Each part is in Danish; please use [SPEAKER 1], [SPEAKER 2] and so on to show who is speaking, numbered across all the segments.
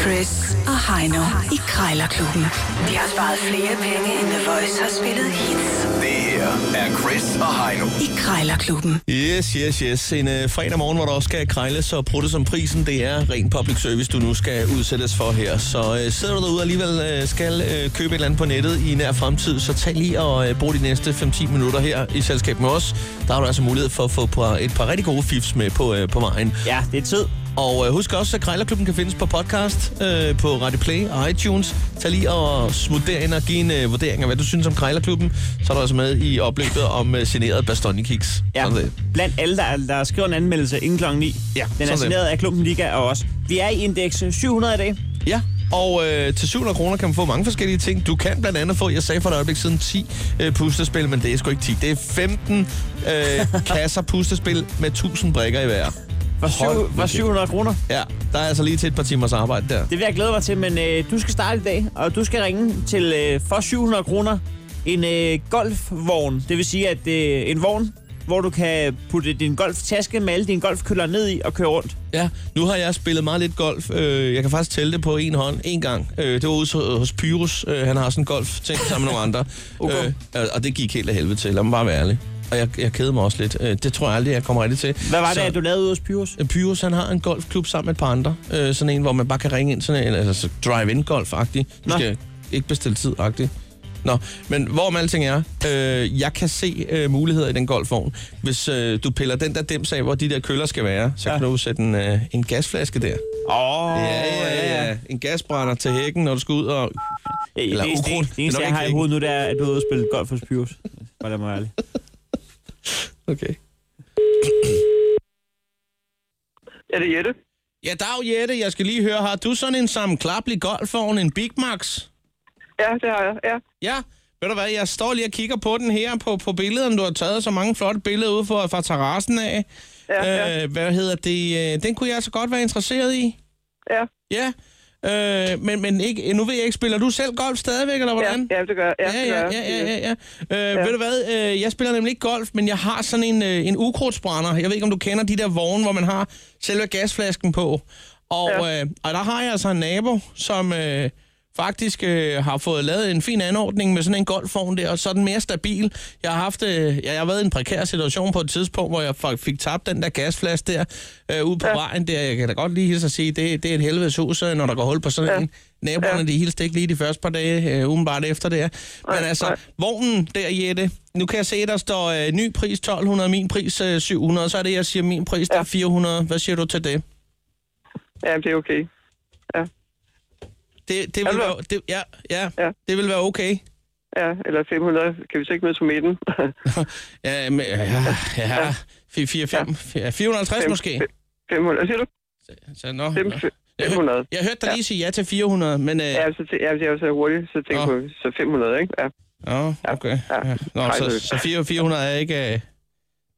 [SPEAKER 1] Chris og Heino i Krejlerklubben. De har sparet flere penge, end The Voice har spillet hits
[SPEAKER 2] Det her er Chris og Heino.
[SPEAKER 1] i Krejlerklubben.
[SPEAKER 3] Yes, yes, yes. En øh, fredag morgen, hvor der også skal krejles og pruttes som prisen, det er ren public service, du nu skal udsættes for her. Så øh, sidder du derude og alligevel øh, skal øh, købe et eller andet på nettet i nær fremtid, så tag lige og øh, brug de næste 5-10 minutter her i selskab med os. Der har du altså mulighed for at få par, et par rigtig gode fifs med på, øh, på vejen.
[SPEAKER 4] Ja, Altså, det er tid.
[SPEAKER 3] Og øh, husk også, at Krejlerklubben kan findes på podcast, øh, på Radio Play og iTunes. Tag lige og smut derind og giv en øh, vurdering af, hvad du synes om Krejlerklubben. Så er du også med i opløbet om øh, generet Bastonikiks.
[SPEAKER 4] Ja, blandt alle, der, der skriver en anmeldelse inden klokken 9.
[SPEAKER 3] Ja,
[SPEAKER 4] Den
[SPEAKER 3] sådan
[SPEAKER 4] er
[SPEAKER 3] det.
[SPEAKER 4] signeret af Klumpen Liga og os. Vi er i indeks 700 i dag.
[SPEAKER 3] Ja, og øh, til 700 kroner kan man få mange forskellige ting. Du kan blandt andet få, jeg sagde for et øjeblik siden, 10 øh, puslespil, men det er sgu ikke 10. Det er 15 øh, kasser puslespil med 1000 brikker i hver.
[SPEAKER 4] For,
[SPEAKER 3] Hold
[SPEAKER 4] syv,
[SPEAKER 3] nu
[SPEAKER 4] for
[SPEAKER 3] kæft.
[SPEAKER 4] 700 kroner.
[SPEAKER 3] Ja, der er altså lige til et par timers arbejde der.
[SPEAKER 4] Det vil jeg glæde mig til, men øh, du skal starte i dag, og du skal ringe til øh, for 700 kroner en øh, golfvogn. Det vil sige, at øh, en vogn, hvor du kan putte din golftaske med alle dine golfkøller ned i og køre rundt.
[SPEAKER 3] Ja, nu har jeg spillet meget lidt golf. Øh, Jeg kan faktisk tælle det på en hånd en gang. Øh, Det var ude hos- hos Pyrus. Øh, Han har sådan en golf-ting sammen med nogle andre.
[SPEAKER 4] Okay.
[SPEAKER 3] Øh, og- Og det gik helt af helvede til. Lad mig bare være ærlig. Og jeg, jeg kede mig også lidt. Øh, Det tror jeg aldrig, jeg kommer rigtig til.
[SPEAKER 4] Hvad var
[SPEAKER 3] Så-
[SPEAKER 4] så... det, at du lavede ude hos Pyrus?
[SPEAKER 3] Pyrus, han har en golfklub sammen med et par andre. Øh, sådan en, hvor man bare kan ringe ind, sådan en, altså så drive-in-golf-agtig. Du
[SPEAKER 4] Nå.
[SPEAKER 3] skal ikke bestille tid-agtig. Nå, men hvorom alting er, øh, jeg kan se øh, muligheder i den golfvogn. Hvis øh, du piller den der dims af, hvor de der køller skal være, så ja.
[SPEAKER 4] Ja.
[SPEAKER 3] kan du sætte en, øh, en gasflaske der.
[SPEAKER 4] Åh, oh,
[SPEAKER 3] En gasbrænder til hækken, når du skal ud og...
[SPEAKER 4] Det,
[SPEAKER 3] Eller
[SPEAKER 4] det, eneste-
[SPEAKER 3] ukrudt.
[SPEAKER 4] det, eneste,
[SPEAKER 3] Det er nok
[SPEAKER 4] jeg har i
[SPEAKER 3] ikke
[SPEAKER 4] hovedet nu, det er, at du er ude og spille golf hos Pyrus. Bare lad mig være ærlig.
[SPEAKER 3] Okay.
[SPEAKER 5] Er det Jette?
[SPEAKER 3] Ja, dag Jette, jeg skal lige høre, har du sådan en sammenklaplig golfvogn, en Big Max?
[SPEAKER 5] Ja, det har jeg. Ja.
[SPEAKER 3] Ja, ved du hvad, jeg står lige og kigger på den her på, på billederne. Du har taget så mange flotte billeder ud fra, fra terrassen af.
[SPEAKER 5] Ja, ja.
[SPEAKER 3] øh, hvad hedder det? øh, Den kunne jeg altså godt være interesseret i.
[SPEAKER 5] Ja,
[SPEAKER 3] Ja, øh, men, men ikke, nu ved jeg ikke, spiller du selv golf stadigvæk, eller
[SPEAKER 5] ja,
[SPEAKER 3] hvordan?
[SPEAKER 5] ja, det gør jeg. Ja, det gør
[SPEAKER 3] ja,
[SPEAKER 5] jeg.
[SPEAKER 3] ja, ja, ja, ja. Øh, Ved du hvad, øh, jeg spiller nemlig ikke golf, men jeg har sådan en, øh, en ukrudtsbrænder. Jeg ved ikke, om du kender de der vogne, hvor man har selve gasflasken på. Og, ja.
[SPEAKER 5] Ja.
[SPEAKER 3] øh, og der har jeg altså en nabo, som øh, faktisk øh, har fået lavet en fin anordning med sådan en golfvogn der, og så er den mere stabil. Jeg har haft, øh, ja, jeg har været i en prekær situation på et tidspunkt, hvor jeg fa- fik tabt den der gasflaske der øh, ude på ja. vejen der. Jeg kan da godt lige hilse og sige, det, det er et helvedes hus, øh, når der går hul på sådan ja. en. Naboerne, ja. de hilste ikke lige de første par dage, øh, umiddelbart efter det her. Men
[SPEAKER 5] Nej,
[SPEAKER 3] altså,
[SPEAKER 5] nej.
[SPEAKER 3] vognen der, Jette, nu kan jeg se, der står øh, ny pris 1200, min pris øh, 700, så er det, jeg siger, min pris der er 400. Hvad siger du til det?
[SPEAKER 5] ja det er okay.
[SPEAKER 3] Det, det, vil,
[SPEAKER 5] det
[SPEAKER 3] være, det, ja, ja, ja.
[SPEAKER 5] Ja.
[SPEAKER 3] det vil være okay.
[SPEAKER 5] Ja, eller 500. Kan vi så ikke mødes på midten?
[SPEAKER 3] Ja, men, ja, ja, 4, 4, 5, 450
[SPEAKER 5] Fem-
[SPEAKER 3] måske.
[SPEAKER 5] fem- 500. Hvad siger du?
[SPEAKER 3] Så, nå, nå.
[SPEAKER 5] Fem-
[SPEAKER 3] Jeg, hør,
[SPEAKER 5] 500.
[SPEAKER 3] jeg hørte dig lige sige ja til 400, men... Øh,
[SPEAKER 5] Ja, så tæ- ja, jeg var så hurtigt, så tænkte
[SPEAKER 3] Nå.
[SPEAKER 5] jeg på så 500, ikke? Ja.
[SPEAKER 3] Nå, okay.
[SPEAKER 5] ja.
[SPEAKER 3] Ja. Nå,
[SPEAKER 5] Nej,
[SPEAKER 3] så,
[SPEAKER 5] det-
[SPEAKER 3] så 4, 400 er ikke, øh,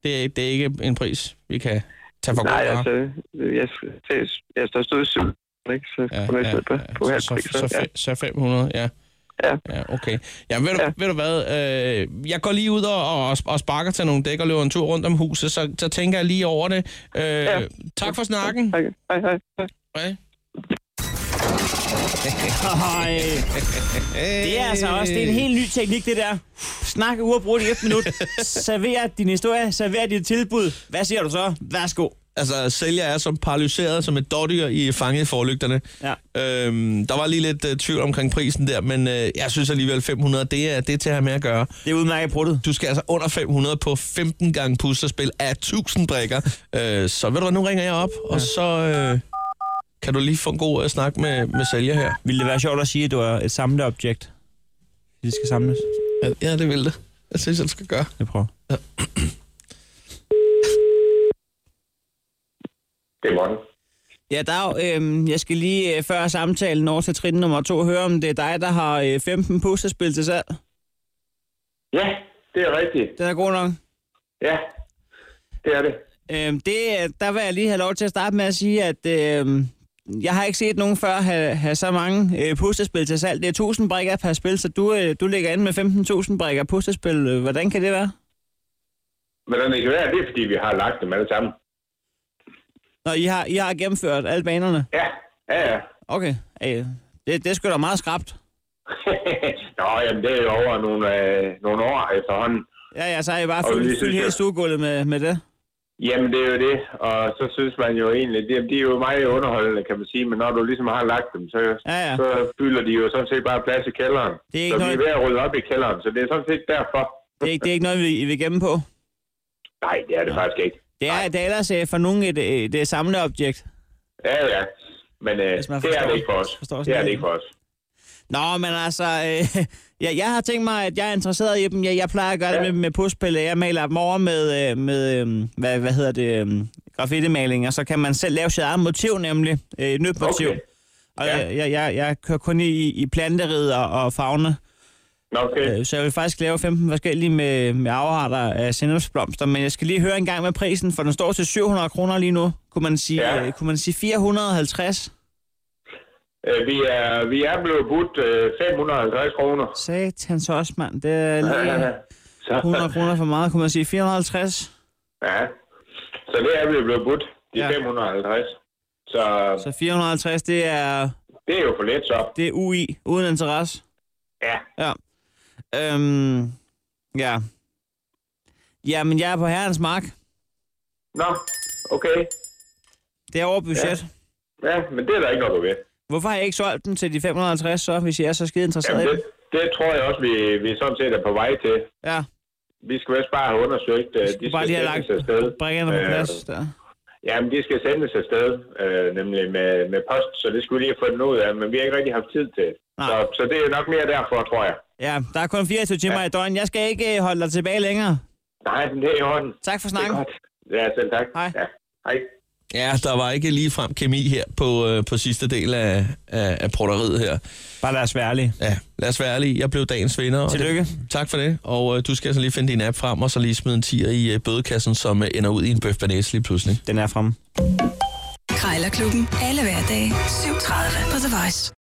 [SPEAKER 3] det, er, det er ikke en pris, vi kan tage for
[SPEAKER 5] Nej,
[SPEAKER 3] gode varer.
[SPEAKER 5] altså, jeg, det- jeg, der stod syv, ikke? Så ja, kom jeg ja, på, på halv
[SPEAKER 3] så,
[SPEAKER 5] pris.
[SPEAKER 3] så, så,
[SPEAKER 5] Ja.
[SPEAKER 3] fe- så 500, ja.
[SPEAKER 5] Ja.
[SPEAKER 3] ja okay. Ja, ved, du, ja.
[SPEAKER 5] Ja.
[SPEAKER 3] ved du hvad, øh, jeg går lige ud og, og, og sparker til nogle dæk og løber en tur rundt om huset, så, så tænker jeg lige over det. Øh, ja. Tak for snakken.
[SPEAKER 5] Hej, hej, hej. hej.
[SPEAKER 3] Hej.
[SPEAKER 4] Ej. Det er altså også det er en helt ny teknik, det der. Snak uafbrudt i et minut. Server din historie, server dit tilbud. Hvad siger du så? Værsgo.
[SPEAKER 3] Altså, sælger er som paralyseret som et dårdyr i fanget i forlygterne.
[SPEAKER 4] Ja.
[SPEAKER 3] Øhm, der var lige lidt øh, tvivl omkring prisen der, men øh, jeg synes alligevel 500, det er, det er til at have med at gøre.
[SPEAKER 4] Det er udmærket bruttet.
[SPEAKER 3] Du skal altså under 500 på 15 gange puslespil af 1000 brikker. Øh, så ved du hvad, nu ringer jeg op, og så øh, kan du lige få en god øh, snak med, med sælger her.
[SPEAKER 4] Ville det være sjovt at sige, at du er et samleobjekt? Det skal samles.
[SPEAKER 3] Ja, det vil det. Jeg synes, jeg du skal gøre.
[SPEAKER 4] Jeg prøver.
[SPEAKER 6] Det er Morten.
[SPEAKER 4] Ja, Dag, øhm, jeg skal lige øh, før samtalen over til trin nummer to høre, om det er dig, der har øh, 15 puslespil til salg.
[SPEAKER 6] Ja, det er rigtigt.
[SPEAKER 4] Den er god nok.
[SPEAKER 6] Ja, det er det.
[SPEAKER 4] Øhm, det, øh, der vil jeg lige have lov til at starte med at sige, at øhm, jeg har ikke set nogen før have, have så mange øh, puslespil til salg. Det er 1000 brikker per spil, så du, øh, du ligger inde med 15.000 brikker puslespil. Øh, Hvordan kan det være?
[SPEAKER 6] Hvordan det kan være, det er fordi, vi har lagt dem alle sammen.
[SPEAKER 4] Når I har, I har gennemført alle banerne.
[SPEAKER 6] Ja, ja, ja.
[SPEAKER 4] Okay. Øh, det, det er sgu da meget skrabt.
[SPEAKER 6] Nå, jamen, det er jo over nogle, øh, nogle år efterhånden.
[SPEAKER 4] Ja, ja, så har I bare
[SPEAKER 6] Og lige
[SPEAKER 4] fyldt, fyldt
[SPEAKER 6] synes
[SPEAKER 4] hele
[SPEAKER 6] jeg-
[SPEAKER 4] stuegulvet med, med det.
[SPEAKER 6] Jamen, det er jo det, og så synes man jo egentlig, de, de er jo meget underholdende, kan man sige, men når du ligesom har lagt dem, så,
[SPEAKER 4] Ja, ja.
[SPEAKER 6] så fylder de jo sådan set bare plads i kælderen.
[SPEAKER 4] Det er ikke
[SPEAKER 6] så vi
[SPEAKER 4] noget-
[SPEAKER 6] er ved at rydde op i kælderen, så det er sådan set derfor.
[SPEAKER 4] Det er, ikke- det er ikke noget, vi, I vil gemme på.
[SPEAKER 6] Nej, det er det faktisk ikke.
[SPEAKER 4] Det er, det er ellers øh, for nogen et, et, et samleobjekt.
[SPEAKER 6] Ja, ja. Men øh,
[SPEAKER 4] Hvis man
[SPEAKER 6] det er
[SPEAKER 4] forstår-
[SPEAKER 6] det ikke for os.
[SPEAKER 4] forstår
[SPEAKER 6] Det er
[SPEAKER 4] sådan
[SPEAKER 6] det ikke for os.
[SPEAKER 4] Nå, men altså, øh, ja, jeg har tænkt mig, at jeg er interesseret i dem. Jeg, jeg plejer at gøre ja. det med, med puspille. Jeg maler dem over med, øh, med øh, hvad, hvad hedder det, øh, graffitimaling, og så kan man selv lave sit eget motiv, nemlig øh, et nyt motiv.
[SPEAKER 6] Okay.
[SPEAKER 4] Og
[SPEAKER 6] Ja.
[SPEAKER 4] jeg, jeg, jeg, jeg kører kun i, i planterider og fagne,
[SPEAKER 6] Nå, okay.
[SPEAKER 4] øh, så jeg vil faktisk lave 15 forskellige med, med afarter af sennepsblomster, men jeg skal lige høre en gang med prisen, for den står til 700 kroner lige nu. Kunne man sige, ja.
[SPEAKER 6] Ja.
[SPEAKER 4] øh, kunne man sige 450?
[SPEAKER 6] Øh, vi, er, vi er blevet budt øh, 550 kroner.
[SPEAKER 4] Satans også, mand. Det er lige...
[SPEAKER 6] så,
[SPEAKER 4] 100 kroner for meget, kunne man sige. 450?
[SPEAKER 6] ja. så det er vi blevet budt. De
[SPEAKER 4] Ja.
[SPEAKER 6] ja. 550. Så
[SPEAKER 4] Så 450, det er,
[SPEAKER 6] det er jo for let så.
[SPEAKER 4] det er UI, uden interesse.
[SPEAKER 6] Ja.
[SPEAKER 4] Ja. Øhm, ja. Jamen, jeg er på herrens mark.
[SPEAKER 6] Nå, okay.
[SPEAKER 4] Det er over budget. Ja.
[SPEAKER 6] Ja, men det er der ikke noget ved.
[SPEAKER 4] Hvorfor har jeg ikke solgt den til de 550 så, hvis jeg er så skide interesseret
[SPEAKER 6] Jamen,
[SPEAKER 4] i
[SPEAKER 6] det,
[SPEAKER 4] det?
[SPEAKER 6] det tror jeg også, vi, vi sådan set er på vej til.
[SPEAKER 4] Ja,
[SPEAKER 6] Vi skal vist bare have undersøgt, øh,
[SPEAKER 4] jeg
[SPEAKER 6] de
[SPEAKER 4] skulle
[SPEAKER 6] skal
[SPEAKER 4] bare lige have
[SPEAKER 6] sendes
[SPEAKER 4] lagt
[SPEAKER 6] afsted. Øh,
[SPEAKER 4] brækkerne på plads. Der.
[SPEAKER 6] Jamen, de skal sendes afsted, øh, nemlig med, med post, så det skulle vi lige have fundet ud af, men vi har ikke rigtig haft tid til.
[SPEAKER 4] Nej.
[SPEAKER 6] Så, så det er nok mere derfor, tror jeg.
[SPEAKER 4] Ja, der er kun 24 timer ja. i døgnet. Jeg skal ikke øh, holde dig tilbage længere.
[SPEAKER 6] Nej, men det er i orden.
[SPEAKER 4] Tak for
[SPEAKER 6] Det er
[SPEAKER 4] snakken.
[SPEAKER 6] godt. Ja, selv tak.
[SPEAKER 4] Hej.
[SPEAKER 6] Ja. Hej.
[SPEAKER 3] Ja, der var ikke ligefrem kemi her på, øh, på sidste del af, af, af protteriet her.
[SPEAKER 4] Bare lad os være ærlige.
[SPEAKER 3] Ja, lad os være ærlige. Jeg blev dagens vinder. og
[SPEAKER 4] Tillykke.
[SPEAKER 3] Det, tak for det. Og øh, du skal altså lige finde din app frem, og så lige smide en tier i øh, bødekassen, som øh, ender ud i en bøf banæs lige pludselig.
[SPEAKER 4] Den er fremme.
[SPEAKER 1] Krejlerklubben. Alle hverdage. 7.30 på The Voice.